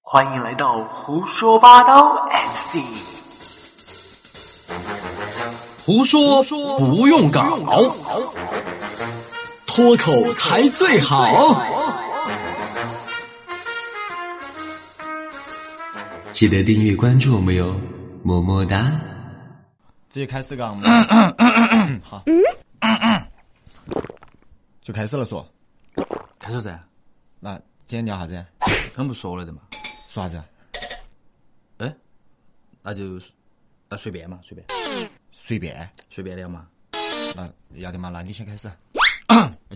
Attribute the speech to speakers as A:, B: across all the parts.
A: 欢迎来到胡说八道 MC。
B: 胡说不用稿，脱口才最好。
C: 记得订阅关注我们哟，么么哒！
B: 直接开始讲，嗯好，嗯就开始了说。
D: 开始噻，
B: 那今天聊啥子？
D: 刚不说了的嘛？
B: 说啥子？
D: 哎，那就那随便嘛，随便
B: 随便。
D: 随便聊嘛。
B: 那要得嘛？那你先开始。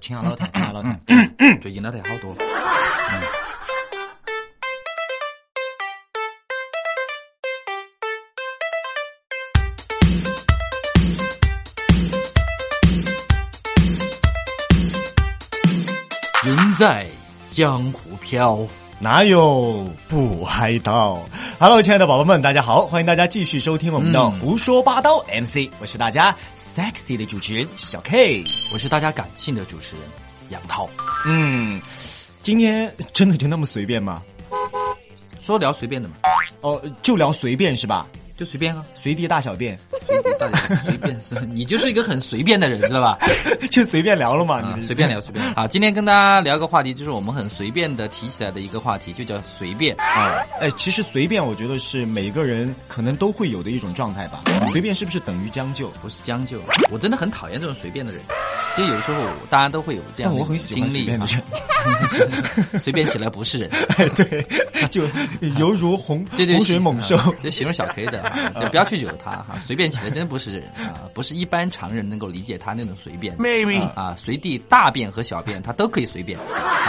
B: 请下老谭，请下老谭。
D: 最近老太好多了，嗯人在江湖飘，
B: 哪有不嗨到？Hello，亲爱的宝宝们，大家好，欢迎大家继续收听我们的《胡说八道 MC》，我是大家 sexy 的主持人小 K。
D: 我是大家感性的主持人杨涛。
B: 嗯，今天真的就那么随便吗？
D: 说聊随便的嘛，
B: 哦，就聊随便是吧？
D: 就随便啊，
B: 随地大小便，
D: 到底是随便是？你就是一个很随便的人，知道吧？
B: 就随便聊了嘛，
D: 啊
B: 你的意，思
D: 随便聊，随便聊。好，今天跟大家聊一个话题，就是我们很随便的提起来的一个话题，就叫随便。
B: 啊。 哎，其实随便，我觉得是每个人可能都会有的一种状态吧。
D: 嗯
B: 随便是不是等于将就？
D: 不是将就，我真的很讨厌这种随便的人。就有时候大家都会有这
B: 但
D: 样的
B: 我
D: 一种
B: 很喜欢
D: 经
B: 随
D: 历
B: 便的人，
D: 啊，随便起来不是人，
B: 哎，对，就犹如洪
D: 这就
B: 洪水
D: 形
B: 猛兽。
D: 啊这形容小 K 的哈，就不要去惹他哈，随便起来真不是人啊，不是一般常人能够理解他那种随便的。
B: Maybe
D: 啊，随地大便和小便他都可以随便，啊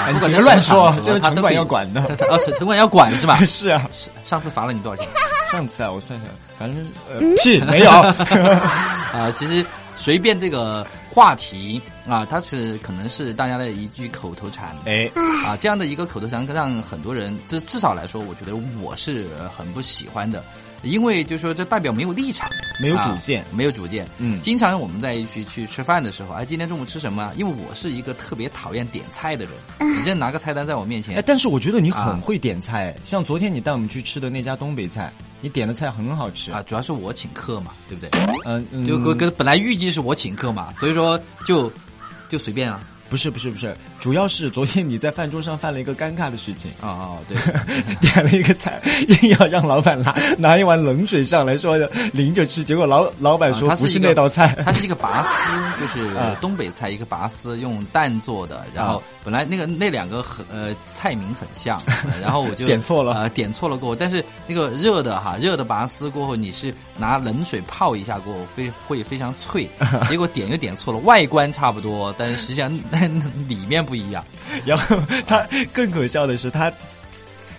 B: 哎，
D: 不管
B: 你别
D: 在什么
B: 乱说
D: 场合
B: 这个
D: 他都
B: 城管
D: 可以
B: 要管的
D: 哦，城城管要管是吧？
B: 是啊，
D: 上上次罚了你多少钱？
B: 上次啊，我算算，反正呃， 屁没有。
D: 啊、其实随便这个话题啊、它是可能是大家的一句口头禅
B: 哎，
D: 啊、这样的一个口头禅让很多人，这至少来说，我觉得我是呃很不喜欢的，因为就是说这代表没有立场，
B: 没有主
D: 啊
B: 见
D: 没有主见。
B: 嗯
D: 经常我们在一起去吃饭的时候，哎，今天中午吃什么啊？因为我是一个特别讨厌点 菜的人，你这拿个菜单在我面前
B: 哎，，但是我觉得你很
D: 啊
B: 会点菜，像昨天你带我们去吃的那家东北菜，你点的菜很好吃
D: 啊，。主要是我请客嘛，对不对？
B: 嗯，嗯
D: 就跟跟本来预计是我请客嘛，所以说就就随便啊。
B: 不是不是不是，主要是昨天你在饭桌上犯了一个尴尬的事情，
D: 哦哦，对，
B: 点了一个菜，硬要让老板拿拿一碗冷水上来说淋着吃，结果老老板
D: 啊
B: 说
D: 它
B: 不
D: 是
B: 是
D: 一个
B: 那道菜，
D: 它是一个拔丝，就是
B: 啊
D: 东北菜一个拔丝，用蛋做的。然后本来那个那两个很呃菜名很 像，呃然后我就
B: 点错了
D: 呃点错了过后，但是那个热的哈，热的拔丝过后，你是拿冷水泡一下过后，非会非常 脆。结果点又点错了，外观差不多，但是实际上 里面不一样。
B: 然后他更可笑的是他。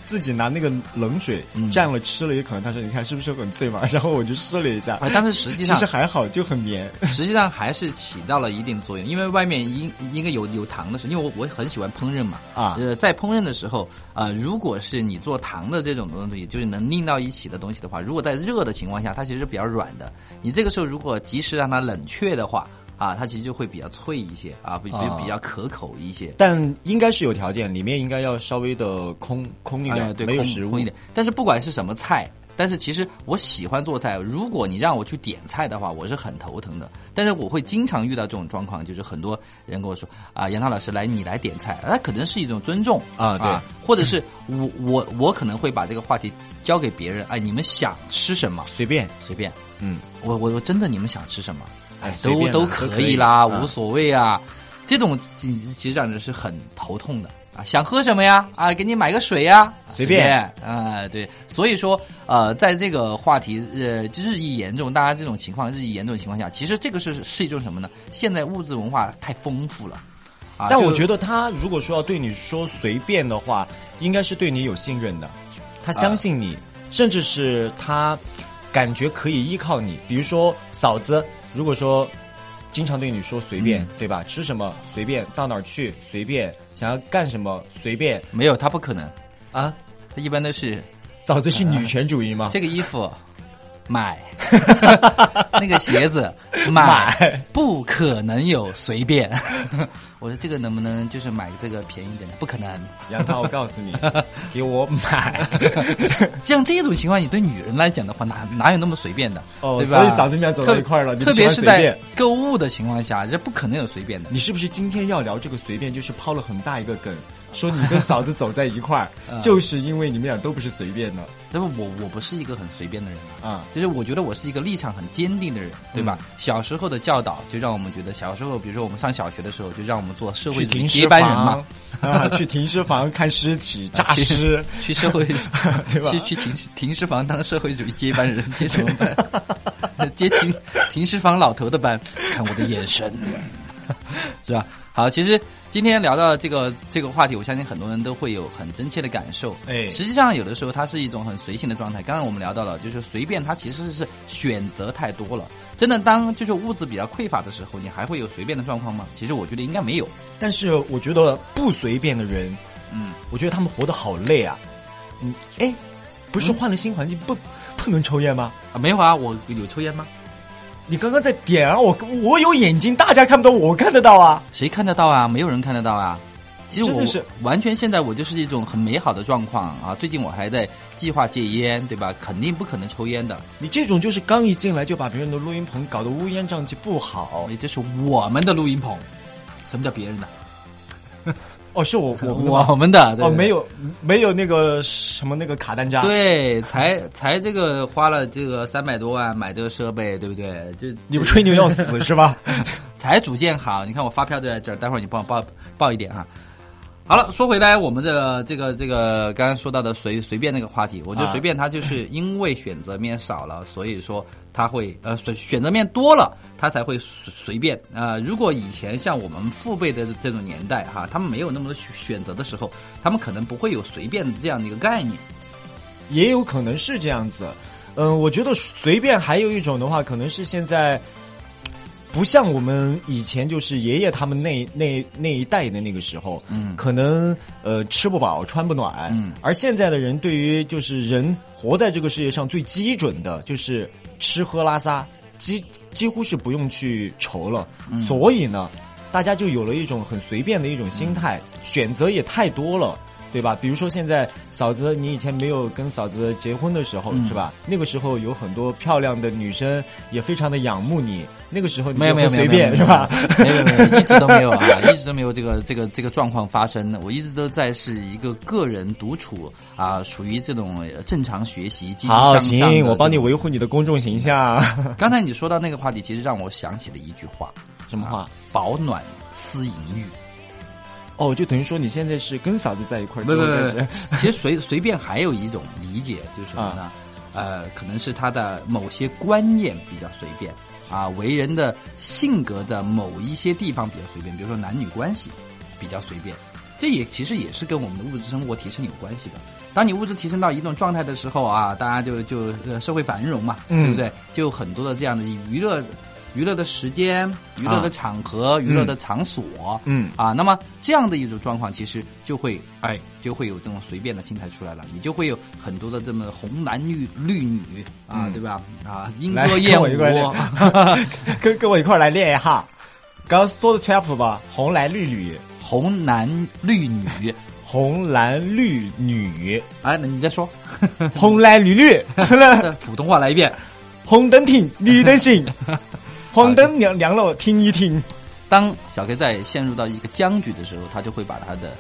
B: 自己拿那个冷水蘸了吃了一口，他说：“你看是不是很脆嘛？”然后我就试了一下
D: 啊，，但是实际
B: 其
D: 上
B: 实还好，就很绵。
D: 实际上还是起到了一定作用，因为外面应应该有有糖的时候，因为我我很喜欢烹饪嘛，
B: 啊
D: 呃，在烹饪的时候，呃，如果是你做糖的这种东西，就是能拧到一起的东西的话，如果在热的情况下，它其实是比较软的，你这个时候如果及时让它冷却的话，啊，它其实就会比较脆一些，啊，比比
B: 啊
D: 比较可口一些。
B: 但应该是有条件，里面应该要稍微的空空一
D: 哎
B: 点，
D: 呀对，
B: 没有
D: 空
B: 食物
D: 空一点。但是不管是什么菜，但是其实我喜欢做菜。如果你让我去点菜的话，我是很头疼的。但是我会经常遇到这种状况，就是很多人跟我说啊，杨涛老师来，你来点菜，那可能是一种尊重
B: 啊对
D: 或者是我我我可能会把这个话题交给别人，哎，你们想吃什么
B: 随便，
D: 随便，
B: 嗯，
D: 我我我真的你们想吃什么，
B: 哎随
D: 都
B: 便啊
D: 都
B: 都
D: 可
B: 可以
D: 以啦，
B: 嗯
D: 无所谓啊。这种其其实让人是很头痛的啊。想喝什么呀？啊，给你买个水呀，
B: 随便
D: 便啊、对。所以说，呃，在这个话题呃日益严重，大家这种情况日益严重的情况下，其实这个是是一种什么呢？现在物质文化太丰富了啊。
B: 但我
D: 就
B: 觉得他如果说要对你说随便的话，应该是对你有信任的，他相信你，甚至是他感觉可以依靠你。比如说嫂子，如果说经常对你说随便，对吧？吃什么随便，到哪儿去随便，想要干什么随便
D: 没有，他不可能，
B: 啊。
D: 他一般都是
B: 嫂子是女权主义吗？
D: 这个衣服 买，那个鞋子买，不可能有随便。 我说这个能不能就是买这个便宜一点的？不可能。
B: 杨涛，我告诉 你，给我买。
D: 像这种情况，你对女人来讲的话，哪哪有那么随便的？
B: 哦
D: 对吧？
B: 所以嫂子们俩走到一块儿了
D: 特
B: 你不
D: 特
B: 喜
D: 别
B: 欢
D: 是
B: 随便
D: 在购物的情况下，这不可能有随便的。
B: 你是不是今天要聊这个随便，就是抛了很大一个梗，说你跟嫂子走在一 块儿，
D: 嗯
B: 就是因为你们俩都不是随便的
D: 但是我我不是一个很随便的人啊。
B: 啊。
D: 就是我觉得我是一个立场很坚定的人，对
B: 嗯
D: 吧？小时候的教导就让我们觉得，小时候，比如说我们上小学的时候，就让我们做社会
B: 去
D: 主义
B: 停
D: 接
B: 尸
D: 班人啊嘛
B: 房， 啊，去停尸房看尸体、诈尸，
D: 去社会
B: 对吧
D: 去去停尸停尸房当社会主义接班人，接什么班？接停停尸房老头的班，看我的眼神， 是吧？好，其实今天聊到这个这个话题，我相信很多人都会有很真切的感受。
B: 哎
D: 实际上有的时候它是一种很随性的状态。刚刚我们聊到了，就是随便，它其实是选择太多了。真的，当就是物质比较匮乏的时候，你还会有随便的状况吗？其实我觉得应该没有。
B: 但是我觉得不随便的人，
D: 嗯，
B: 我觉得他们活得好累啊。嗯，哎，不是换了新环境不不能抽烟吗？
D: 啊，没有啊，我有抽烟吗？
B: 你刚刚在点啊，我我有眼睛，大家看不到，我看得到啊。
D: 谁看得到啊？没有人看得到啊。其实
B: 真
D: 我
B: 的是
D: 完全现在我就是一种很美好的状况啊！最近我还在计划戒烟，对吧？肯定不可能抽烟的，
B: 你这种就是刚一进来就把别人的录音棚搞得乌烟瘴气，不好。
D: 也就是我们的录音棚。什么叫别人的？
B: 哦，是我我们的 吗
D: 我们的对
B: 哦，
D: 对
B: 没有啊没有那个什么那个卡单渣，，
D: 对，才才这个花了这个三百多万买这个设备，对不对？就
B: 你不吹牛要死是 吧？
D: 才组建好，你看我发票就在这儿，待会儿你帮我报报一点哈。好了，说回来，我们的这个这个刚刚说到的随随便那个话题，我觉得
B: 啊
D: 随便它就是因为选择面少了，所以说它会呃选选择面多了，它才会随随便啊、呃如果以前像我们父辈的这种年代哈，他们没有那么多选选择的时候，他们可能不会有随便这样的一个概念。
B: 也有可能是这样子。嗯，我觉得随便还有一种的话，可能是现在不像我们以前就是爷爷他们那那那一代的那个时候，嗯，可能呃吃不饱穿不暖，
D: 嗯，
B: 而现在的人对于就是人活在这个世界上最基准的就是吃喝拉撒，几几乎是不用去愁了，所以呢，大家就有了一种很随便的一种心态，选择也太多了。对吧？比如说现在嫂子，你以前没有跟嫂子结婚的时候、是吧？那个时候有很多漂亮的女生也非常的仰慕你，那个时候你
D: 没有
B: 就
D: 没有
B: 会
D: 没有
B: 随便是吧？？
D: 没有没有没有，一直都没有啊， 一直都没有这个这个这个状况发生。我一直都在是一个个人独处啊，属于这种呃正常学习、积极
B: 好，
D: 向上的
B: 行，我帮你
D: 这种
B: 维护你的公众啊形象。
D: 刚才你说到那个话题，其实让我想起了一句话：
B: 什么话？
D: 保暖思淫欲。
B: 哦，就等于说你现在是跟嫂子在一块儿，
D: 不
B: 就
D: 不
B: 开始
D: 不，其实随随便还有一种理解就是什么呢？
B: 啊
D: 呃，可能是他的某些观念比较随便啊，为人的性格的某一些地方比较随便，比如说男女关系比较随便，这也其实也是跟我们的物质生活提升有关系的。当你物质提升到一定状态的时候啊，大家就就呃社会繁荣嘛，
B: 嗯
D: 对不对？就有很多的这样的娱乐。娱乐的时间、娱乐的
B: 啊
D: 场合、娱乐的场所，
B: 嗯
D: 啊，那么这样的一种状况，其实就会哎，就会有这种随便的心态出来了，你就会有很多的这么红男绿绿女啊，
B: 嗯
D: 对吧？啊，莺
B: 来
D: 歌
B: 跟
D: 燕
B: 我一块儿练，
D: 舞
B: 跟跟我一块儿来练一下。刚刚说的 trap 吧，红蓝绿女，
D: 红男绿女。
B: 红蓝绿 女，
D: 哎，那你再说，
B: 红蓝绿绿，
D: 普通话来一遍。
B: 红灯停，绿灯行，黄灯亮亮了，听一听。
D: 当小 K 在陷入到一个僵局的时候，他就会把他的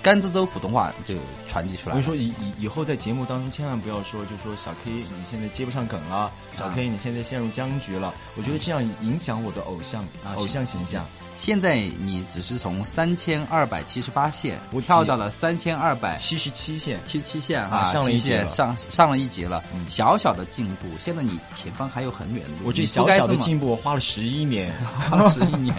D: 甘孜州普通话就传递
B: 我
D: 出来
B: 跟你。说，以以以后在节目当中千万不要说，就说小 K 你现在接不上梗了，小
D: 啊
B: K 你现在陷入僵局了。我觉得这样影响我的偶像
D: 啊
B: 偶像形象。
D: 现在你只是从三千二百七十八线
B: 我记
D: 跳到了三千二百
B: 七十七线，
D: 七七线
B: 啊上了一
D: 七线
B: 节了
D: 上上了一节了，
B: 嗯
D: 小小的进步。现在你前方还有很远的路，
B: 我这
D: 你
B: 小
D: 不该
B: 小的
D: 这么
B: 进步，我花了十一年。
D: 花十一 年。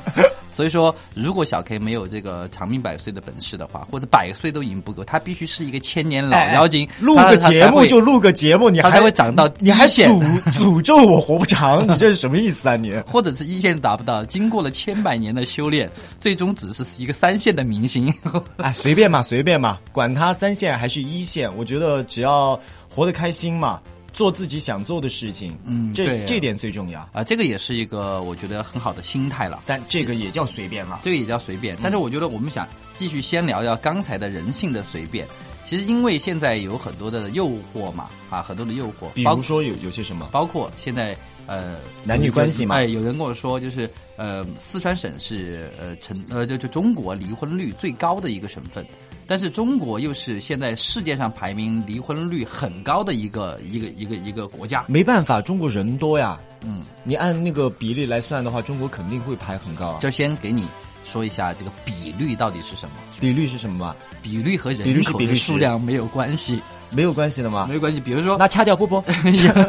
D: 所以说，如果小 K 没有这个长命百岁的本事的话，或者百岁都已经不够，他必须是一个千年 老妖精，
B: 哎录
D: 他
B: 个
D: 他才
B: 节目
D: 会
B: 就录个节目，你
D: 他
B: 还
D: 才会长到
B: 你还
D: 一线
B: 诅 诅咒我活不长，你这是什么意思啊你？
D: 或者是一线达不到，经过了千百年的修炼，最终只是一个三线的明星。
B: 哎，随便嘛，随便嘛，管他三线还是一线，我觉得只要活得开心嘛，做自己想做的事情，
D: 嗯对
B: 这
D: 啊
B: 这点最重要。
D: 啊，这个也是一个我觉得很好的心态了。
B: 但这个也叫随便啊了。
D: 这个也叫随便。
B: 嗯
D: 但是我觉得我们想继续先聊聊刚才的人性的随便。其实因为现在有很多的诱惑嘛，啊，很多的诱惑，
B: 比
D: 包
B: 如说有有些什么，
D: 包括现在呃
B: 男女关系嘛
D: 哎，有人跟我说就是呃四川省是呃成呃就就中国离婚率最高的一个省份。但是中国又是现在世界上排名离婚率很高的一个一个一个一个国家，
B: 没办法，中国人多呀。
D: 嗯，
B: 你按那个比例来算的话，中国肯定会排很高啊。
D: 就先给你说一下这个比率到底是什么。
B: 比率是什么嘛？
D: 比率和
B: 比率
D: 人
B: 是
D: 口
B: 比
D: 的
B: 率
D: 数
B: 是
D: 量没有关系，
B: 没有关系的嘛
D: 没。有关系。比如说，
B: 那掐掉不 不？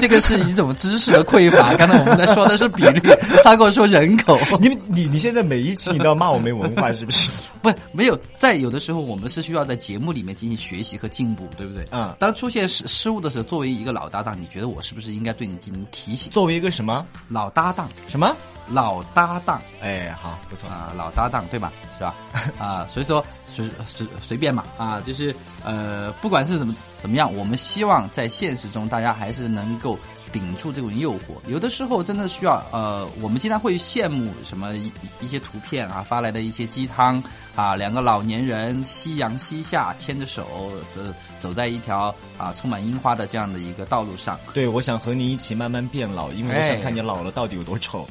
D: 这个是一种知识的匮 乏。刚才我们在说的是比率，他跟我说人口，
B: 你你你现在每一期你都要骂我没文化是不 是？
D: 不没有。在有的时候，我们是需要在节目里面进行学习和进步，对不对？
B: 嗯
D: 当出现失失误的时候，作为一个老搭档，你觉得我是不是应该对你进行提醒？
B: 作为一个什么
D: 老搭档，
B: 什么？
D: 老搭档
B: 哎，好，不错。
D: 啊、老搭档对吧？是吧？啊、所以说随随随便嘛啊、就是呃，不管是怎么怎么样，我们希望在现实中大家还是能够顶住这种诱惑。有的时候真的需要呃，我们经常会羡慕什么一一些图片啊发来的一些鸡汤啊，两个老年人夕阳西下，牵着手呃走在一条啊充满樱花的这样的一个道路上。
B: 对，我想和你一起慢慢变老，因为我想看你老了到底有多丑。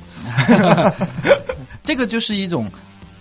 D: 这个就是一种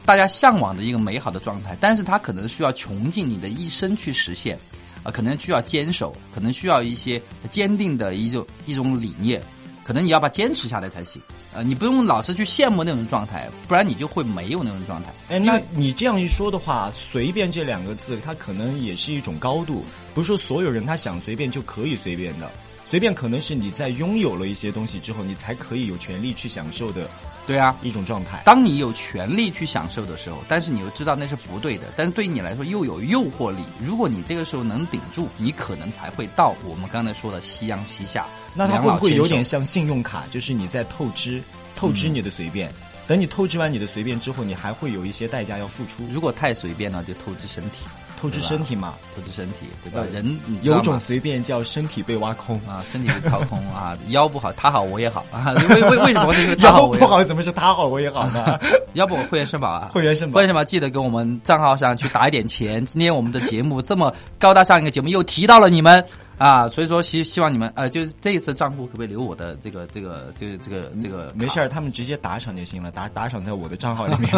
D: 大家向往的一个美好的状态，但是它可能需要穷尽你的一生去实现，啊、可能需要坚守，可能需要一些坚定的一种一种理念，可能你要把它坚持下来才行。呃，你不用老是去羡慕那种状态，不然你就会没有那种状态。
B: 哎，那你这样一说的话，“随便”这两个字，它可能也是一种高度，不是说所有人他想随便就可以随便的。随便可能是你在拥有了一些东西之后，你才可以有权利去享受的
D: 对啊，
B: 一种状态。
D: 当你有权利去享受的时候，但是你又知道那是不对的，但是对于你来说又有诱惑力。如果你这个时候能顶住，你可能才会到我们刚才说的夕阳西下。
B: 那它
D: 两
B: 会
D: 老
B: 不会
D: 牵
B: 有
D: 手
B: 点像信用卡？就是你在透支，透支你的随便。等你透支完你的随便之后，你还会有一些代价要付出，
D: 如果太随便了，就透支身体，
B: 透支
D: 对吧
B: 身体嘛。
D: 透支身体，对吧？
B: 呃
D: 人你知道
B: 有
D: 吗
B: 种随便叫身体被挖 空，
D: 啊，身体被掏空啊， 腰不好，他好我也好 啊。为为为什么这个他好
B: 腰
D: 我也
B: 不？好怎么是他好我也好呢？
D: 要不我会员社保啊？
B: 会员社保
D: 为什么记得给我们账号上去打一点钱？今天我们的节目这么高大上一个节目，又提到了你们啊，所以说希希望你们呃，就是这一次账户可不可以留我的这个这个这个这个这个？
B: 嗯没事，儿，他们直接打赏就行了，打打赏在我的账号里 面。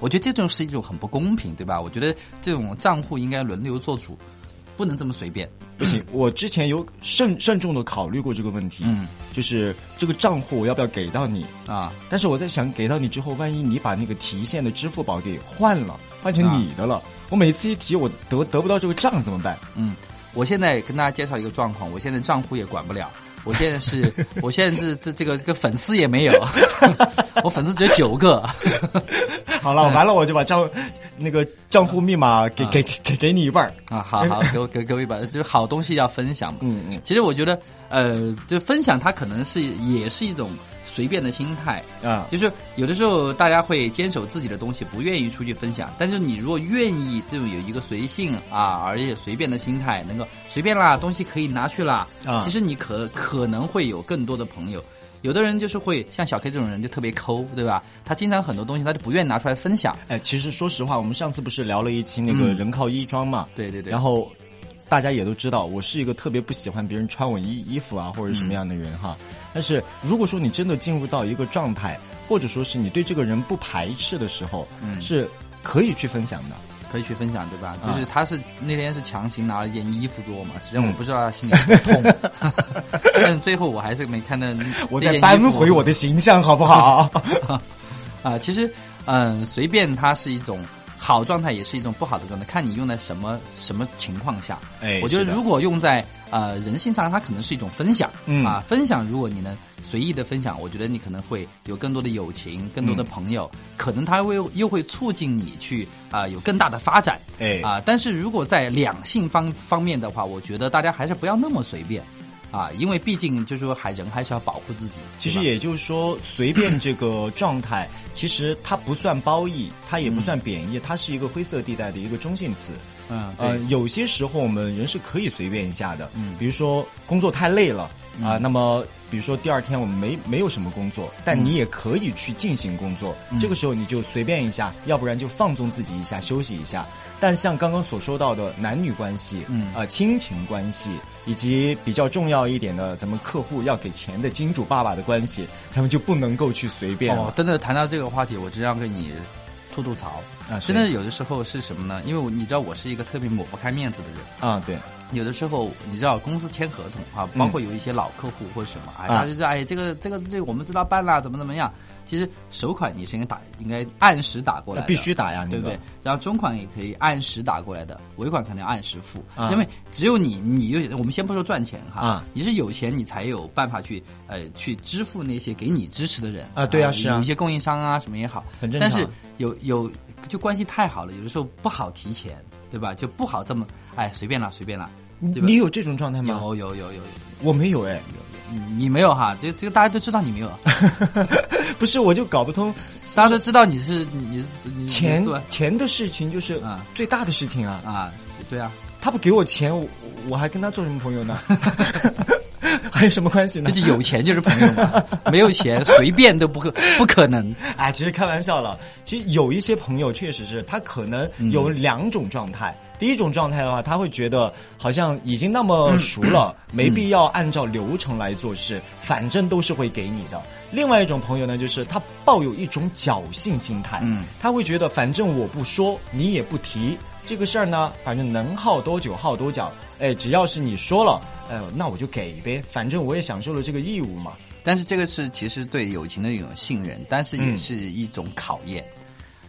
D: 我觉得这种是一种很不公平，对吧？我觉得这种账户应该轮流做主，不能这么随便。
B: 不行，我之前有慎慎重的考虑过这个问题，
D: 嗯
B: 就是这个账户我要不要给到你？
D: 啊，
B: 但是我在想，给到你之后，万一你把那个提现的支付宝给换了，换
D: 啊
B: 成你的了，我每次一提我得得不到这个账怎么办？
D: 嗯，我现在跟大家介绍一个状况，我现在账户也管不了，我现在 是，我现在是这这个这个粉丝也没有， 我粉丝只有九个，
B: 好了，完了我就把账那个账户密码给、给给给给你一半儿。
D: 啊，好好，给我给给我一把，就是好东西要分享嘛。
B: 嗯嗯，
D: 其实我觉得，呃，就分享它可能是也是一种随便的心态，
B: 啊、
D: 就是有的时候大家会坚守自己的东西，不愿意出去分享。但是你如果愿意这种有一个随性啊，而且随便的心态，能够随便啦，东西可以拿去啦。
B: 啊
D: 其实你可可能会有更多的朋友。有的人就是会像小 K 这种人就特别抠，对吧？他经常很多东西他就不愿意拿出来分享。
B: 哎，其实说实话，我们上次不是聊了一期那个
D: 嗯
B: 人靠衣装嘛？
D: 对对对。
B: 然后大家也都知道，我是一个特别不喜欢别人穿我衣衣服啊或者什么样的人哈。但是如果说你真的进入到一个状态，或者说是你对这个人不排斥的时候，
D: 嗯
B: 是可以去分享的。
D: 可以去分享，对吧？
B: 啊
D: 就是他是那天是强行拿了一件衣服给我嘛，实际上我
B: 嗯
D: 不知道他心里有多痛， 但是最后我还是没看到那。
B: 我
D: 那件
B: 再
D: 衣服
B: 扳回我的形象，好不 好？
D: 啊、其实，嗯，随便它是一种好状态，也是一种不好的状态，看你用在什么什么情况下。
B: 哎
D: 我觉得
B: 是的
D: 如果用在呃人性上，它可能是一种分享，
B: 嗯
D: 啊，分享如果你能随意的分享，我觉得你可能会有更多的友情，更多的
B: 嗯
D: 朋友，可能它会又会促进你去啊、有更大的发展，
B: 哎
D: 啊，但是如果在两性方方面的话，我觉得大家还是不要那么随便。啊，因为毕竟就是说，还人还是要保护自己。
B: 其
D: 对
B: 实
D: 吧
B: 也就是说，随便这个状态，其实它不算褒义，它也不算贬义，它是一个灰色地带的一个中性词。
D: 嗯
B: 呃，
D: 对
B: 有些时候我们人是可以随便一下的，嗯，比如说工作太累了
D: 嗯
B: 啊、那么比如说第二天我们没没有什么工作，
D: 嗯
B: 但你也可以去进行工作，这个时候你就随便一下，要不然就放纵自己一下，休息一下。但像刚刚所说到的男女关系，嗯，呃，亲情关系，以及比较重要一点的，咱们客户要给钱的金主爸爸的关系，咱们就不能够去随便了。
D: 哦，真的谈到这个话题，我只想跟你吐吐槽
B: 啊是
D: 真的有的时候是什么呢？因为我你知道我是一个特别抹不开面子的人，
B: 啊，对，
D: 有的时候你知道公司签合同啊，包括有一些老客户或者什么，哎，
B: 嗯啊
D: 他就是哎这个这个这个我们知道办啦，怎么怎么样。其实首款你是应该打应该按时打过
B: 那
D: 来的，
B: 呃啊必须打呀，那
D: 对不
B: 个
D: 对？然后中款也可以按时打过来的，尾款肯定按时付，
B: 啊
D: 因为只有你，你有我们先不说赚钱哈，
B: 啊
D: 你是有钱，你才有办法去呃去支付那些给你支持的人
B: 啊对啊是啊
D: 有一些供应商啊什么也好，
B: 很正
D: 但
B: 常
D: 是有有就关系太好了，有的时候不好提钱，对吧？就不好这么哎随便啦随便啦，对吧
B: 你有这种状态吗？
D: 有有有有有，
B: 我没有哎，
D: 你你没有哈，这这个大家都知道你没有，
B: 不是，我就搞不通
D: 大家都知道你是你是你
B: 钱
D: 你做
B: 钱的事情就是
D: 啊
B: 最大的事情啊！
D: 啊，对啊。
B: 他不给我钱，我我还跟他做什么朋友呢？ 还有什么关系呢
D: 这？就有钱就是朋友嘛，没有钱随便都不可不可能。
B: 哎，其实开玩笑了。其实有一些朋友确实是他可能
D: 嗯
B: 有两种状态。第一种状态的话，他会觉得好像已经那么
D: 嗯
B: 熟 了，没必要按照流程来做事，反正都是会给你的。另外一种朋友呢，就是他抱有一种侥幸心态，
D: 嗯
B: 他会觉得反正我不说，你也不提这个事儿呢，反正能耗多久耗多久，哎，只要是你说了，哎，那我就给呗，反正我也享受了这个义务嘛。
D: 但是这个是其实对友情的一种信任，但是
B: 嗯
D: 也是一种考验。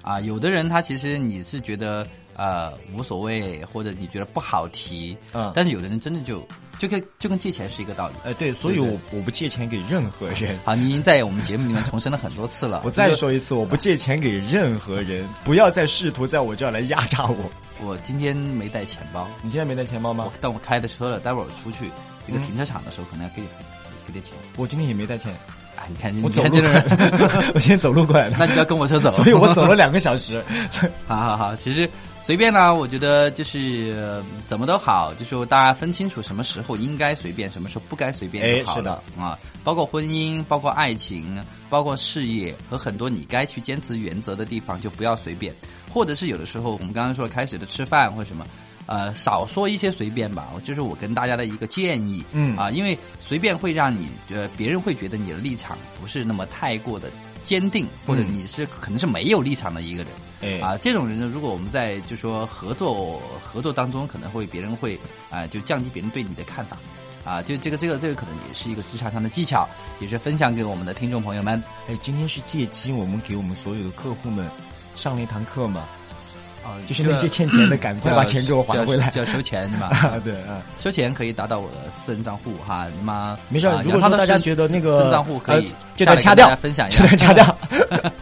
D: 啊，有的人他其实你是觉得呃无所谓，或者你觉得不好提，
B: 嗯
D: 但是有的人真的就就跟就跟借钱是一个道理。
B: 哎，对，所以
D: 对
B: 我我不借钱给任何人。
D: 好，你已经在我们节目里面重申了很多次了。
B: 我再
D: 就
B: 说一次，我不借钱给任何人，不要再试图在我这儿来压榨我。
D: 我今天没带钱包，
B: 你现在没带钱包吗
D: 我？但我开的车了，待会儿我出去这个
B: 嗯
D: 停车场的时候可能要给你给点钱。
B: 我今天也没带钱，
D: 啊，你看，
B: 我
D: 你
B: 走
D: 看
B: 路
D: 这
B: 过来
D: 种 人，
B: 的，我今天走路过来
D: 那
B: 的，
D: 你就要跟我车走。
B: 所以我走了两个小时。
D: 好好好，其实随便呢，我觉得就是、呃怎么都好，就说大家分清楚什么时候应该随便，什么时候不该随便就
B: 哎
D: 好
B: 是
D: 了
B: 的
D: 啊。包括婚姻，包括爱情，包括事业和很多你该去坚持原则的地方，就不要随便。或者是有的时候，我们刚刚说开始的吃饭或什么。呃，少说一些随便吧，就是我跟大家的一个建议，
B: 嗯
D: 啊，因为随便会让你呃，别人会觉得你的立场不是那么太过的坚定，或者
B: 嗯
D: 你是可能是没有立场的一个人，
B: 哎
D: 啊，这种人呢，如果我们在就说合作合作当中，可能会别人会啊、就降低别人对你的看法啊，就这个这个这个可能也是一个职场上的技巧，也是分享给我们的听众朋友们
B: 哎，今天是借机我们给我们所有的客户们上了一堂课嘛，
D: 啊，
B: 就是那些欠钱的，赶快把钱给我还回来
D: 就。要收钱是吧？
B: 啊， 对啊，
D: 收钱可以打到我的私人账户哈，那么
B: 没事
D: 啊
B: 如果
D: 杨涛
B: 说
D: 的
B: 大家
D: 私
B: 觉得那
D: 私
B: 个
D: 私人账户可以
B: 呃这
D: 下
B: 段
D: 来
B: 掐
D: 跟大家
B: 掉
D: 分享一
B: 这
D: 下
B: 段，掐 掉。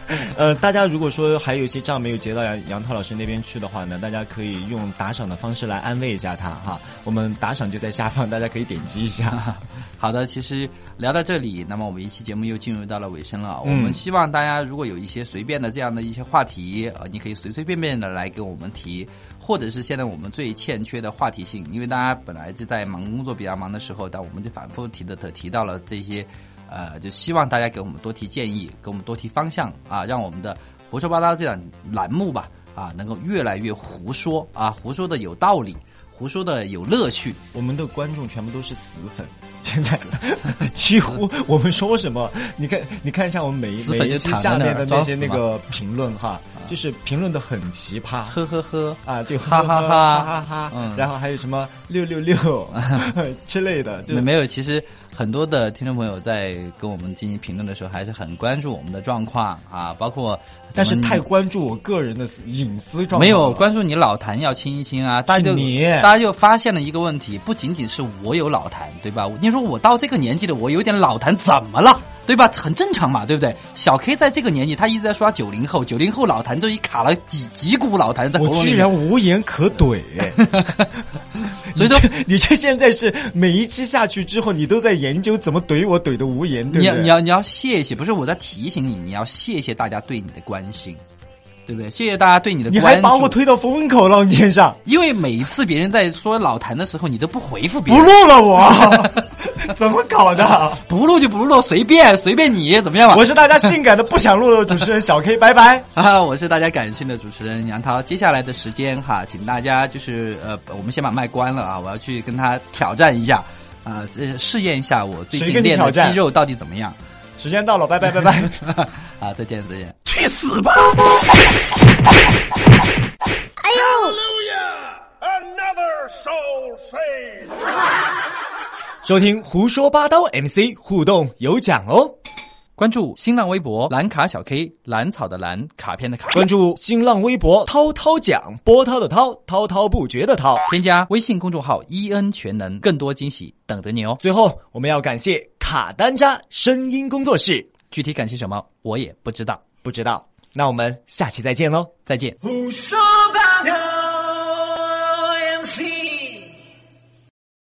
B: 呃，大家如果说还有一些账没有结到杨杨涛老师那边去的话呢，大家可以用打赏的方式来安慰一下他哈。我们打赏就在下方，大家可以点击一 下。
D: 好的，其实聊到这里，那么我们一期节目又进入到了尾声了。
B: 嗯
D: 我们希望大家如果有一些随便的这样的一些话题，呃，你可以随随便便的来给我们提，或者是现在我们最欠缺的话题性，因为大家本来就在忙工作比较忙的时候，但我们就反复提的提到了这些，呃，就希望大家给我们多提建议，给我们多提方向啊，让我们的胡说八道这档栏目吧啊，能够越来越胡说啊，胡说的有道理，胡说的有乐趣。
B: 我们的观众全部都是死粉，现在 几乎我们说什么，你看你看一下我们每一
D: 死粉
B: 每一
D: 就
B: 期
D: 躺在
B: 下
D: 那
B: 面
D: 儿
B: 的那
D: 装
B: 些
D: 死
B: 那
D: 嘛
B: 个评论哈，就是评论的很奇葩。
D: 呵呵呵，
B: 啊，就
D: 哈哈
B: 哈
D: 哈
B: 哈哈哈
D: 嗯，
B: 然后还有什么六六 六之类的，就
D: 没没有，其实很多的听众朋友在跟我们进行评论的时候，还是很关注我们的状况啊，包括
B: 但是
D: 怎么
B: 太关注我个人的私隐私状况了
D: 没有关注你老谭要亲一亲啊，大家就是
B: 你
D: 大家就发现了一个问题，不仅仅是我有老谭，对吧？你说我到这个年纪的，我有点老谭怎么了？对吧？很正常嘛，对不对？小 K 在这个年纪，他一直在说九零后，九零后老谭都已经卡了几几股老谭在喉
B: 我
D: 咙里面。
B: 居然无言可怼，
D: 所
B: 你
D: 以说
B: 这你这现在是每一期下去之后，你都在研究怎么怼我怼的无言，对
D: 你
B: 不
D: 要
B: 对？
D: 你要你要谢谢，不是我在提醒你，你要谢谢大家对你的关心，对不对？谢谢大家对你的
B: 你
D: 关
B: 还
D: 注。
B: 把我推到风口浪尖 上，
D: 因为每一次别人在说老谭的时候，你都不回复别
B: 不
D: 人，
B: 录了我，怎么搞的？
D: 不录就不录，随便随便你怎么样吧。
B: 我是大家性感的不想录的主持人小 K，拜拜。
D: 啊， 我是大家感性的主持人杨涛。接下来的时间哈，请大家就是呃，我们先把麦关了啊，我要去跟他挑战一下啊、呃，试验一下我最
B: 谁
D: 近
B: 跟你
D: 练的
B: 挑战
D: 肌肉到底怎么样。
B: 时间到了，拜拜拜拜。
D: 啊，再见再见。
A: 去死吧！
E: Another soul saved.
B: 收听胡说八道 MC 互动有奖哦，
D: 关注新浪微博“蓝卡小 K”，蓝草的蓝，卡片的卡，
B: 关注新浪微博“涛涛奖”，波涛的涛，滔滔不绝的涛。
D: 添加微信公众号 “EN 全能”，更多惊喜等着你哦。
B: 最后，我们要感谢卡丹扎声音工作室，
D: 具体感谢什么，我也不知道。
B: 不知道，那我们下期再见喽。
D: 再见。
A: 胡说八道。